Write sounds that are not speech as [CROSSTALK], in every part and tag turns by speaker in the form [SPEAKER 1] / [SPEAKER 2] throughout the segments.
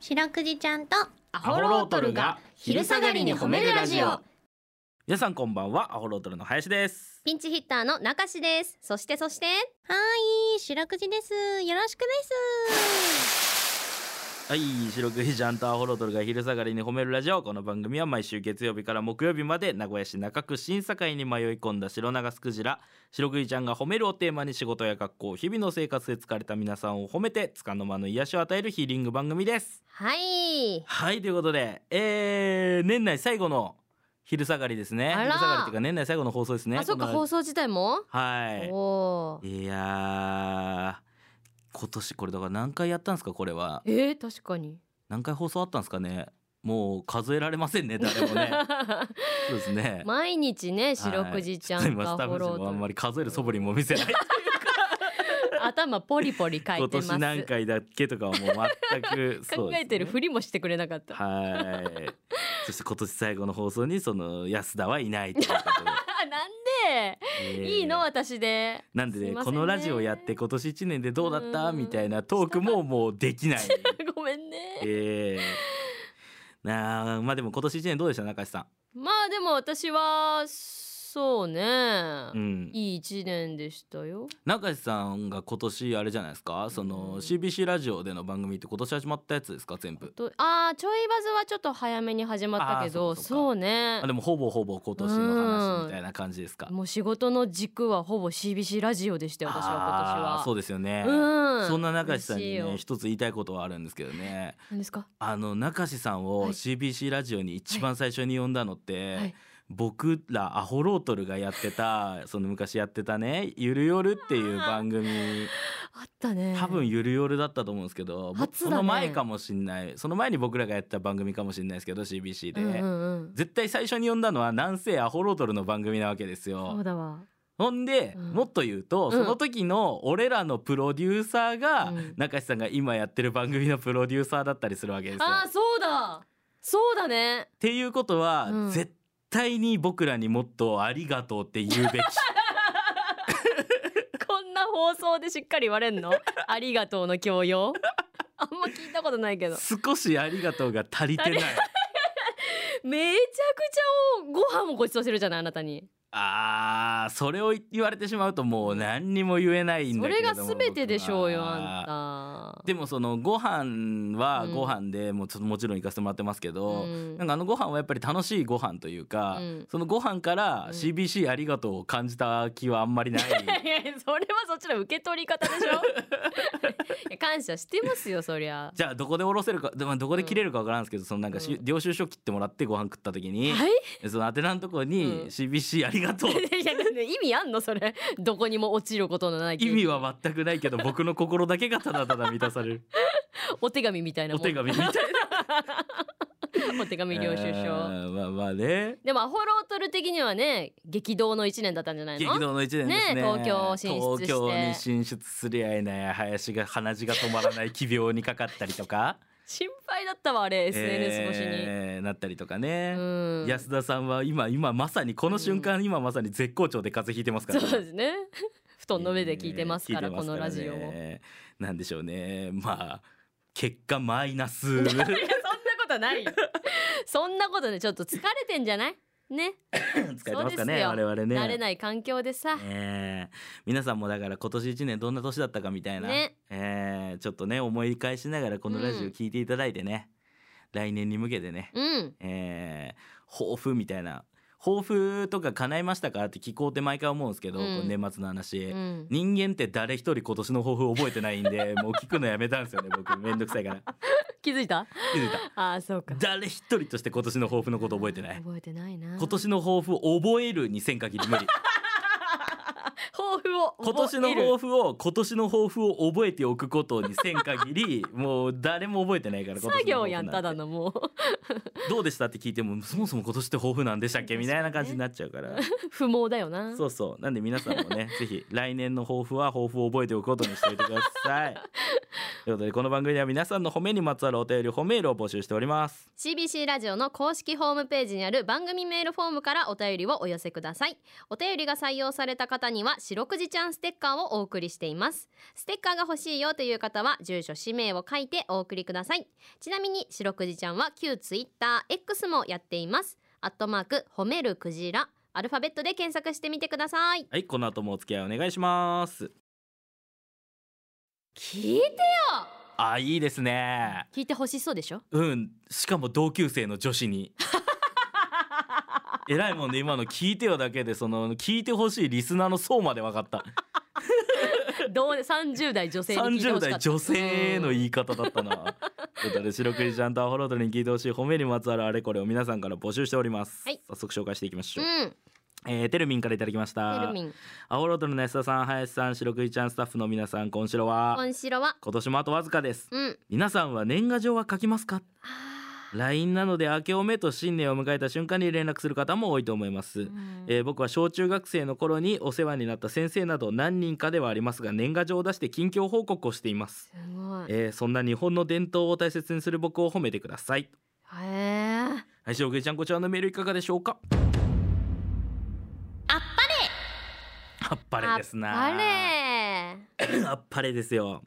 [SPEAKER 1] 白くじちゃんとア
[SPEAKER 2] ホロートルが昼下がりに褒めるラジオ皆さんこんばんはアホロートルの林です
[SPEAKER 3] ピンチヒッターの中志です。そしてそして、
[SPEAKER 1] はーい白くじですよろしくです
[SPEAKER 2] はい白くじちゃんとアホロートルが昼下がりに褒めるラジオこの番組は毎週月曜日から木曜日まで名古屋市中区審査会に迷い込んだ白長スクジラ白くじちゃんが褒めるをテーマに仕事や学校日々の生活で疲れた皆さんを褒めて束の間の癒しを与えるヒーリング番組です
[SPEAKER 3] はい。
[SPEAKER 2] はいということでえー、年内最後の昼下がりですね
[SPEAKER 3] あら
[SPEAKER 2] 昼下がりっていうか年内最後の放送ですね
[SPEAKER 3] あ、そっか、
[SPEAKER 2] この
[SPEAKER 3] 放送自体も。
[SPEAKER 2] はい
[SPEAKER 3] おお。
[SPEAKER 2] いやー今年これだから何回やったんですかこれは
[SPEAKER 3] えー、確かに。
[SPEAKER 2] 何回放送あったんですかねもう数えられませんね誰
[SPEAKER 3] [LAUGHS]
[SPEAKER 2] もねそうですね
[SPEAKER 3] 毎日ね、白くじちゃん
[SPEAKER 2] が
[SPEAKER 3] がフォロー
[SPEAKER 2] もあんま
[SPEAKER 3] と。
[SPEAKER 2] り数える素振りも見せない
[SPEAKER 3] 頭ポリポリ書
[SPEAKER 2] 今
[SPEAKER 3] いて
[SPEAKER 2] 年
[SPEAKER 3] ま
[SPEAKER 2] 何
[SPEAKER 3] す。
[SPEAKER 2] 回だっけとかはもう全くそう
[SPEAKER 3] 考
[SPEAKER 2] ですね
[SPEAKER 3] えてるふりもしてくれなかった。
[SPEAKER 2] はいそして今年最後の放送にその安田はいないというこ
[SPEAKER 3] [LAUGHS] あ、なんで。
[SPEAKER 2] とでえー
[SPEAKER 3] いいの、私で。
[SPEAKER 2] なんですね
[SPEAKER 3] いませ
[SPEAKER 2] こ
[SPEAKER 3] んね
[SPEAKER 2] のラジオやって今年1年でどうだったみたいなトークももうできない
[SPEAKER 3] ごめんね。
[SPEAKER 2] ええ [LAUGHS] なあまあでも今年一年どうでした中橋さ
[SPEAKER 3] まあ、でも、私は。そうね
[SPEAKER 2] ん、う。ん、
[SPEAKER 3] [LAUGHS] いい一年でしたよ。
[SPEAKER 2] 中橋さんが今年あれじゃないですかその
[SPEAKER 3] うん
[SPEAKER 2] CBC ラジオでの番組って今年始まったやつですか全部
[SPEAKER 3] とあーちょいバズはちょっと早めに始まったけ
[SPEAKER 2] あー
[SPEAKER 3] ど
[SPEAKER 2] そ
[SPEAKER 3] そうう
[SPEAKER 2] かそうか
[SPEAKER 3] ね
[SPEAKER 2] あでもほぼほぼ今年の話みたいな感じですか
[SPEAKER 3] もう仕事の軸はほぼ CBC ラジオでしたよ私は今年
[SPEAKER 2] あー
[SPEAKER 3] は
[SPEAKER 2] そうですよね、
[SPEAKER 3] うん
[SPEAKER 2] そんな中橋さんに
[SPEAKER 3] 嬉しい
[SPEAKER 2] ね
[SPEAKER 3] よ
[SPEAKER 2] 一つ言いたいことはあるんですけどね
[SPEAKER 3] 何ですか
[SPEAKER 2] あの中志さんを
[SPEAKER 3] はい
[SPEAKER 2] CBC ラジオに一番最初に呼んだのって、
[SPEAKER 3] はい
[SPEAKER 2] 僕らアホロートルがやってたその昔やってたね「ゆるよる」っていう番組
[SPEAKER 3] あったね
[SPEAKER 2] 多分ゆるよるだったと思うんですけど、ぼ
[SPEAKER 3] 初だ
[SPEAKER 2] そ
[SPEAKER 3] ね
[SPEAKER 2] の前かもしんないその前に僕らがやってた番組かもしんないですけど CBC で、
[SPEAKER 3] うんうんうん
[SPEAKER 2] 絶対最初に呼んだのは南西アホロートルの番組なわけです
[SPEAKER 3] そう
[SPEAKER 2] よ。
[SPEAKER 3] だわ
[SPEAKER 2] ほんで、
[SPEAKER 3] うん
[SPEAKER 2] もっと言うと
[SPEAKER 3] ん
[SPEAKER 2] その時の俺らのプロデューサーが、
[SPEAKER 3] うん
[SPEAKER 2] 中志さんが今やってる番組のプロデューサーだったりするわけですよ。
[SPEAKER 3] あーそうだそうだね
[SPEAKER 2] っていうことは、
[SPEAKER 3] うん
[SPEAKER 2] 絶対に僕らにもっとありがとうって言
[SPEAKER 3] [LAUGHS]
[SPEAKER 2] うべき
[SPEAKER 3] こんな放送でしっかり言われん
[SPEAKER 2] [LAUGHS]
[SPEAKER 3] のありがとうの教養あんま聞いたことないけど
[SPEAKER 2] 少しありがとうが足りてない
[SPEAKER 3] めちゃくちゃおご飯をごちそうしてるじゃないあなたに
[SPEAKER 2] あーそれを言われてしまうともう何にも言えないん
[SPEAKER 3] そ
[SPEAKER 2] だけ
[SPEAKER 3] れ
[SPEAKER 2] れど
[SPEAKER 3] が
[SPEAKER 2] も
[SPEAKER 3] 全てでしょうよ
[SPEAKER 2] 僕
[SPEAKER 3] あん
[SPEAKER 2] は
[SPEAKER 3] た
[SPEAKER 2] でもそのご飯は
[SPEAKER 3] うん
[SPEAKER 2] ご飯で、もうちょっともちろん行かせてもらってますけど、
[SPEAKER 3] うん
[SPEAKER 2] なんかあのご飯はやっぱり楽しいご飯というか、
[SPEAKER 3] うん
[SPEAKER 2] そのご飯から
[SPEAKER 3] うん
[SPEAKER 2] CBC ありがとうを感じた気はあんまり
[SPEAKER 3] [LAUGHS]
[SPEAKER 2] ない、
[SPEAKER 3] いやいやそれはそっちの受け取り方で
[SPEAKER 2] [LAUGHS]
[SPEAKER 3] しょいや感謝してますよそりゃ
[SPEAKER 2] じゃあどこでおろせるかでまあどこで切れるかわからんですけど、そのなんかし、
[SPEAKER 3] う
[SPEAKER 2] 領収書切ってもらってご飯食った時に、
[SPEAKER 3] はい
[SPEAKER 2] その宛名のとこに
[SPEAKER 3] うん
[SPEAKER 2] CBC ありが
[SPEAKER 3] [LAUGHS]
[SPEAKER 2] とう、
[SPEAKER 3] いやなんで意味あんのそれどこにも落ちることのない
[SPEAKER 2] 意味は全くないけど僕の心だけがただただ満たされる
[SPEAKER 3] お手紙みたいな
[SPEAKER 2] お
[SPEAKER 3] もん
[SPEAKER 2] 手紙みたいな
[SPEAKER 3] お手紙領収書、
[SPEAKER 2] えーまあまあね
[SPEAKER 3] でもアホロートル的にはね激動の一年だったんじゃない
[SPEAKER 2] 激
[SPEAKER 3] の
[SPEAKER 2] 動の一年ですね
[SPEAKER 3] ねえ東京進出して
[SPEAKER 2] 東京に進出すりゃいない林が鼻血が止まらない奇病にかかったりとか
[SPEAKER 3] 心配だったわあれ SNS 越しに、
[SPEAKER 2] えーなったりとかね、
[SPEAKER 3] うん
[SPEAKER 2] 安田さんは今今まさにこの瞬間、今まさに絶好調で風邪ひいてますから、
[SPEAKER 3] そうですね [LAUGHS] 布団の上で聞いてますから,、
[SPEAKER 2] えー
[SPEAKER 3] このラジオ
[SPEAKER 2] 聞いて
[SPEAKER 3] もい
[SPEAKER 2] ま
[SPEAKER 3] や
[SPEAKER 2] すからねなんでしょうねまあ結果マイナス
[SPEAKER 3] [LAUGHS] そん
[SPEAKER 2] [LAUGHS]
[SPEAKER 3] なことないよ [LAUGHS] そんなことねちょっと疲れてんじゃないね
[SPEAKER 2] 使えてますか
[SPEAKER 3] そうです
[SPEAKER 2] ね
[SPEAKER 3] よ
[SPEAKER 2] 我々ね
[SPEAKER 3] 慣れない環境でさ、
[SPEAKER 2] えー皆さんもだから今年一年どんな年だったかみたいな、
[SPEAKER 3] ね
[SPEAKER 2] えーちょっとね思い返しながらこのラジオ聞いていただいてね、来年に向けてね、
[SPEAKER 3] うん
[SPEAKER 2] えー抱負みたいな抱負とか叶いましたかって聞こうって毎回思うんですけど、
[SPEAKER 3] うん
[SPEAKER 2] この年末の話、
[SPEAKER 3] うん、
[SPEAKER 2] 人間って誰一人今年の抱負覚えてないん
[SPEAKER 3] [LAUGHS]
[SPEAKER 2] でもう聞くのやめたんですよね僕めんどくさいから
[SPEAKER 3] 気づいた
[SPEAKER 2] 気づ
[SPEAKER 3] [LAUGHS]
[SPEAKER 2] いた
[SPEAKER 3] ああそうか
[SPEAKER 2] 誰一人として今年の抱負のこと覚えてない
[SPEAKER 3] 覚えてないな
[SPEAKER 2] 今年の抱負を覚えるにせん限り無理
[SPEAKER 3] 抱負を
[SPEAKER 2] 今年の抱負を今年の抱負を覚えておくことにせん限 [LAUGHS] りもう誰も覚えてないから今
[SPEAKER 3] 作
[SPEAKER 2] 年の抱負
[SPEAKER 3] 業やんただのもう [LAUGHS]
[SPEAKER 2] どうでしたって聞いてもそもそも今年って抱負なんでしたっけみたいな感じになっちゃうから、
[SPEAKER 3] 不毛だよな
[SPEAKER 2] そうそうなんで皆さんもね [LAUGHS] ぜひ来年の抱負は抱負を覚えておくことにしておいてください [LAUGHS] ということでこの番組では皆さんの褒めにまつわるお便り褒めールを募集しております
[SPEAKER 3] CBC ラジオの公式ホームページにある番組メールフォームからお便りをお寄せくださいお便りが採用された方には白くじじちゃんステッカーをお送りしていますステッカーが欲しいよという方は住所氏名を書いてお送りくださいちなみに白くじちゃんは旧ツイッター X もやっていますアットマーク褒めるクジラアルファベットで検索してみてください
[SPEAKER 2] はいこの後もお付き合いお願いします
[SPEAKER 3] 聞いてよ
[SPEAKER 2] あいいですね
[SPEAKER 3] 聞いてほしそうでしょ
[SPEAKER 2] うんしかも同級生の女子
[SPEAKER 3] [LAUGHS]
[SPEAKER 2] にえらいもんで今の聞いてよだけでその聞いてほしいリスナーの層まで分かった
[SPEAKER 3] どう30代女性に聞いて
[SPEAKER 2] 30
[SPEAKER 3] ほしか
[SPEAKER 2] 代
[SPEAKER 3] った
[SPEAKER 2] 女性の言い方だっ
[SPEAKER 3] [LAUGHS]
[SPEAKER 2] たな。ということで白くじちゃんとアホロードに聞いてほしい褒めにまつわるあれこれを皆さんから募集しております。
[SPEAKER 3] はい
[SPEAKER 2] 早速紹介していきまし
[SPEAKER 3] う
[SPEAKER 2] ょう。
[SPEAKER 3] ん
[SPEAKER 2] えー、テルミンからいただきまし
[SPEAKER 3] テ
[SPEAKER 2] た
[SPEAKER 3] ル。ミン
[SPEAKER 2] アホロードの安田さん、林さん、白くじちゃんスタッフの皆さん、こんしろは。
[SPEAKER 3] 今週は
[SPEAKER 2] 今年もあとわずかです。
[SPEAKER 3] うん
[SPEAKER 2] 皆さんは年賀状は書きますか
[SPEAKER 3] あ
[SPEAKER 2] ?LINE なので明けおめと新年を迎えた瞬間に連絡する方も多いと思います。
[SPEAKER 3] ーうん
[SPEAKER 2] えー僕は小中学生の頃にお世話になった先生など何人かではありますが年賀状を出して近況報告をしています。
[SPEAKER 3] すごい
[SPEAKER 2] えーそんな日本の伝統を大切にする僕を褒めてください。
[SPEAKER 3] へえ
[SPEAKER 2] はい、しろくじちゃん、こちらのメールいかがでしょうか。
[SPEAKER 3] あっ
[SPEAKER 2] あっ
[SPEAKER 3] ぱ
[SPEAKER 2] ぱれ
[SPEAKER 3] れ
[SPEAKER 2] ですな。
[SPEAKER 3] あっぱれ
[SPEAKER 2] あっぱれですよ。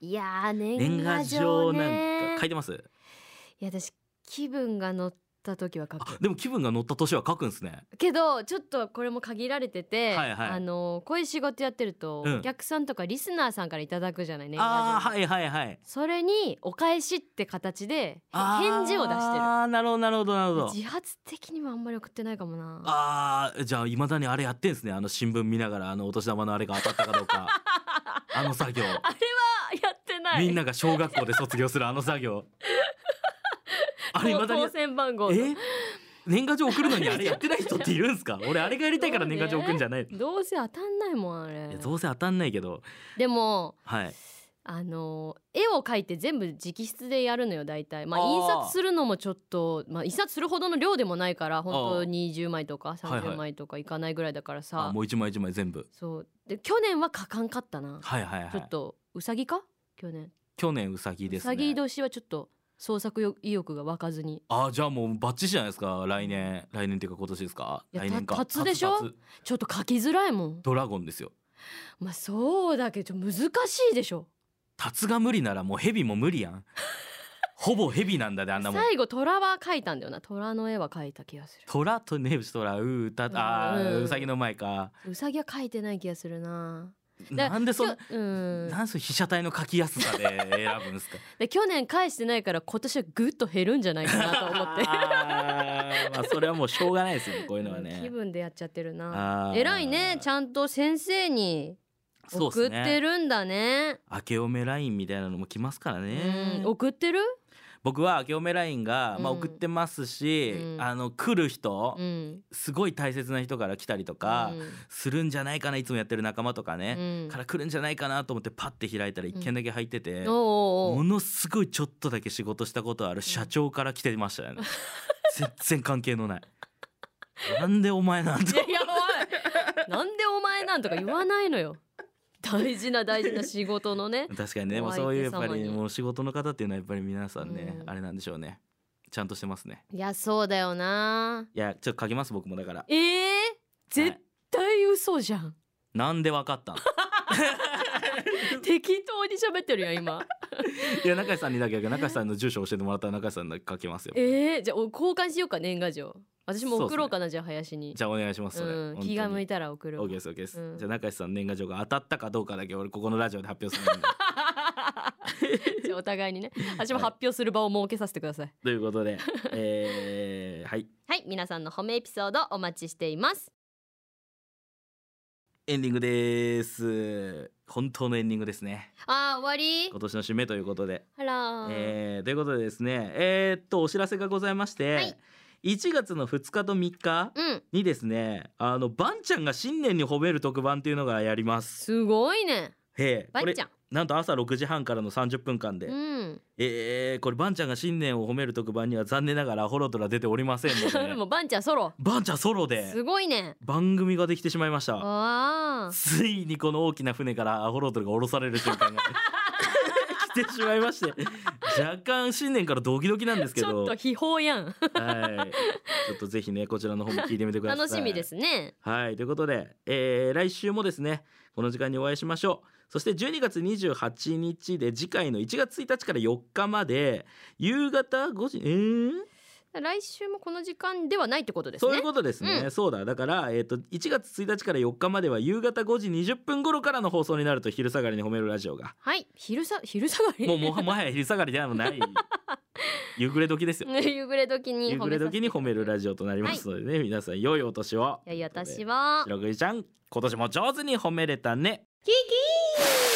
[SPEAKER 3] いやー年
[SPEAKER 2] 年
[SPEAKER 3] 賀
[SPEAKER 2] 賀
[SPEAKER 3] 状
[SPEAKER 2] 状
[SPEAKER 3] ね
[SPEAKER 2] なんか書いてます。
[SPEAKER 3] いや私気分が乗った時は書
[SPEAKER 2] あ
[SPEAKER 3] く、
[SPEAKER 2] でも気分が乗った年は書くんですね。
[SPEAKER 3] けどちょっとこれも限られてて、
[SPEAKER 2] はいはい
[SPEAKER 3] あのこういう仕事やってると、
[SPEAKER 2] うん
[SPEAKER 3] お客さんとかリスナーさんからいただくじゃない年賀状
[SPEAKER 2] ああ、はいはいはい。
[SPEAKER 3] それにお返しって形で
[SPEAKER 2] あー
[SPEAKER 3] 返事を出してる
[SPEAKER 2] ああ、なるほど、なるほど、なるほど。
[SPEAKER 3] 自発的にはあんまり送ってないかもな
[SPEAKER 2] ああ、じゃあ、いまだにあれやってんですね。あの新聞見ながら、あのお年玉のあれが当たったかど
[SPEAKER 3] [LAUGHS]
[SPEAKER 2] うか。あの作業。
[SPEAKER 3] あれはやってない
[SPEAKER 2] みんなが小学校で卒業するあの作業。あれ、いまだに
[SPEAKER 3] 当。選番号
[SPEAKER 2] え年賀状送るのにあれやってない人っているんですか俺あれがやりたいから年賀状送るんじゃない
[SPEAKER 3] どうせ当たんないもんあれ
[SPEAKER 2] いやどうせ当たんないけど
[SPEAKER 3] でも
[SPEAKER 2] はい
[SPEAKER 3] あの絵を描いて全部直筆でやるのよ大体まあ
[SPEAKER 2] あー
[SPEAKER 3] 印刷するのもちょっと、まあ、印刷するほどの量でもないから本当
[SPEAKER 2] あー
[SPEAKER 3] 20枚とか
[SPEAKER 2] はいはい
[SPEAKER 3] 30枚とかいかないぐらいだからさ、
[SPEAKER 2] あもう一枚一枚全部
[SPEAKER 3] そうで去年は描かんかったな、
[SPEAKER 2] はいはいは
[SPEAKER 3] ちょっ
[SPEAKER 2] い
[SPEAKER 3] とうさぎか去年
[SPEAKER 2] 去年うさぎで
[SPEAKER 3] う
[SPEAKER 2] す
[SPEAKER 3] さぎ
[SPEAKER 2] ね
[SPEAKER 3] 年はちょっと創作意欲が湧かずに
[SPEAKER 2] あじゃあもうバッチシじゃないですか来年来年っていうか今年ですか
[SPEAKER 3] いや
[SPEAKER 2] 来年か
[SPEAKER 3] た立つでしょ
[SPEAKER 2] 立つ
[SPEAKER 3] ちょっと描きづらいもん
[SPEAKER 2] ドラゴンですよ
[SPEAKER 3] まあそうだけどちょっと難しいでしょ
[SPEAKER 2] 立つが無理ならもうヘビも無
[SPEAKER 3] [LAUGHS]
[SPEAKER 2] 理やんほぼヘビなんだであんなもん
[SPEAKER 3] 最後虎は描いたんだよな虎の絵は描いた気がす
[SPEAKER 2] 虎とねぶ虎うーたあー
[SPEAKER 3] うん
[SPEAKER 2] うさぎの前か
[SPEAKER 3] るうさぎは描いてない気がするなだ
[SPEAKER 2] なんでそんな
[SPEAKER 3] きょうん
[SPEAKER 2] なんその被写体の描きやすさで選ぶんですか
[SPEAKER 3] で去年返してないから今年はぐっと減るんじゃないかな [LAUGHS] と思っ
[SPEAKER 2] [LAUGHS]
[SPEAKER 3] て
[SPEAKER 2] あーまあそれはもうしょうがないですよねこういうのは
[SPEAKER 3] 気
[SPEAKER 2] ね。
[SPEAKER 3] 分でやっちゃってるな
[SPEAKER 2] あー
[SPEAKER 3] 偉いねちゃんと先生に
[SPEAKER 2] そう
[SPEAKER 3] 送
[SPEAKER 2] す
[SPEAKER 3] っ
[SPEAKER 2] ね
[SPEAKER 3] てるんだね
[SPEAKER 2] 明けおめラインみたいなのも来ますからね
[SPEAKER 3] うん。送ってる、
[SPEAKER 2] 僕は明けおめラインがまあ
[SPEAKER 3] うん
[SPEAKER 2] 送ってますし、
[SPEAKER 3] うん
[SPEAKER 2] あの来る人
[SPEAKER 3] う、ん、
[SPEAKER 2] すごい大切な人から来たりとか
[SPEAKER 3] うん
[SPEAKER 2] するんじゃないかないつもやってる仲間とか
[SPEAKER 3] う
[SPEAKER 2] ね、
[SPEAKER 3] ん
[SPEAKER 2] から来るんじゃないかなと思ってパッて開いたら一件だけ入ってて、
[SPEAKER 3] おうおうお
[SPEAKER 2] も
[SPEAKER 3] う
[SPEAKER 2] のすごいちょっとだけ仕事したことある社長から来てました
[SPEAKER 3] [LAUGHS]
[SPEAKER 2] よね。全然関係のない。なんでお前なんだ
[SPEAKER 3] いや [LAUGHS] いやおいなんでお前なんとか言わないのよ大事な大事な仕事の
[SPEAKER 2] [LAUGHS]
[SPEAKER 3] ね
[SPEAKER 2] 確かにね
[SPEAKER 3] お
[SPEAKER 2] もう
[SPEAKER 3] 相手
[SPEAKER 2] そういうやっぱ
[SPEAKER 3] 様
[SPEAKER 2] り
[SPEAKER 3] に
[SPEAKER 2] もう仕事の方っていうのはやっぱり皆さんね、
[SPEAKER 3] うん
[SPEAKER 2] あれなんでしょうねちゃんとしてますね
[SPEAKER 3] いやそうだよない
[SPEAKER 2] やちょっと書きます僕もだから
[SPEAKER 3] えー、絶対嘘じゃん、
[SPEAKER 2] なんでわかったん
[SPEAKER 3] 適当に喋ってるやん今
[SPEAKER 2] [LAUGHS] いや中井さんにだけだけど中井さんの住所教えてもらったら中井さんの書きますよ
[SPEAKER 3] えー、じゃあお交換しようか年賀状私も
[SPEAKER 2] そうっすね
[SPEAKER 3] 送ろうかな、じゃあ林に
[SPEAKER 2] じゃあお願いしますそれ、
[SPEAKER 3] うん、気が向い
[SPEAKER 2] て
[SPEAKER 3] たら送る
[SPEAKER 2] OK です OK です、
[SPEAKER 3] うん
[SPEAKER 2] じゃあ中井さん年賀状が当たったかどうかだけ俺ここのラジオで発表する
[SPEAKER 3] [LAUGHS]
[SPEAKER 2] んで
[SPEAKER 3] [LAUGHS] じゃあお互い
[SPEAKER 2] [LAUGHS]
[SPEAKER 3] にね私も発表する場を設けさせてください
[SPEAKER 2] ということでえー、はい
[SPEAKER 3] はい皆さんの褒めエピソードお待ちしています
[SPEAKER 2] エンディングです本当のエンディングですね
[SPEAKER 3] あー終わり
[SPEAKER 2] 今年の締めということで
[SPEAKER 3] あらー、
[SPEAKER 2] えーということでですねえーっとお知らせがございまして、
[SPEAKER 3] はい
[SPEAKER 2] 1月の2日と3日
[SPEAKER 3] うん
[SPEAKER 2] にですねあのバンちゃんが新年に褒める特番っていうのがやります。
[SPEAKER 3] すごいね
[SPEAKER 2] へえ
[SPEAKER 3] ば
[SPEAKER 2] こ
[SPEAKER 3] っ
[SPEAKER 2] れ
[SPEAKER 3] ちゃん
[SPEAKER 2] なんと朝6時半からの30分間で、
[SPEAKER 3] うん、
[SPEAKER 2] えーこれバンちゃんが新年を褒める特番には残念ながらアホロトラ出ておりませんの
[SPEAKER 3] [LAUGHS]
[SPEAKER 2] で、
[SPEAKER 3] もうばんちゃんソロ
[SPEAKER 2] バンちゃんソロです
[SPEAKER 3] ごいね
[SPEAKER 2] 番組ができてしまいました。
[SPEAKER 3] あー [LAUGHS]
[SPEAKER 2] ついにこの大きな船からアホロトラが降ろされる瞬間が来してしまいまして若干新年からドキドキなんですけ
[SPEAKER 3] ちょ
[SPEAKER 2] ど
[SPEAKER 3] っと秘宝やん。
[SPEAKER 2] はい、ちょっとぜひねこちらの方も聞いてみてください
[SPEAKER 3] 楽しみですね。
[SPEAKER 2] はいということで、えー来週もですねこの時間にお会いしましょうそして12月28日で次回の1月1日から4日まで夕方5時えー
[SPEAKER 3] 来週もこの時間ではないってことです
[SPEAKER 2] そういう
[SPEAKER 3] ね。
[SPEAKER 2] ことですね、
[SPEAKER 3] う
[SPEAKER 2] そうだだから、えー、と1月1日から4日までは夕方5時20分頃からの放送になると昼下がりに褒めるラジ
[SPEAKER 3] [LAUGHS]
[SPEAKER 2] オが
[SPEAKER 3] はい、昼さ昼下がり。
[SPEAKER 2] もうもはもはや昼下がりではもうない
[SPEAKER 3] [LAUGHS]
[SPEAKER 2] 夕暮れ時ですよ
[SPEAKER 3] 夕暮れ時に
[SPEAKER 2] 夕暮れ時に褒める
[SPEAKER 3] ジ
[SPEAKER 2] ラジオとなりますのでね、皆さん良いお年を
[SPEAKER 3] いやいや私は
[SPEAKER 2] 白くじちゃん今年も上手に褒めれたね
[SPEAKER 1] キキー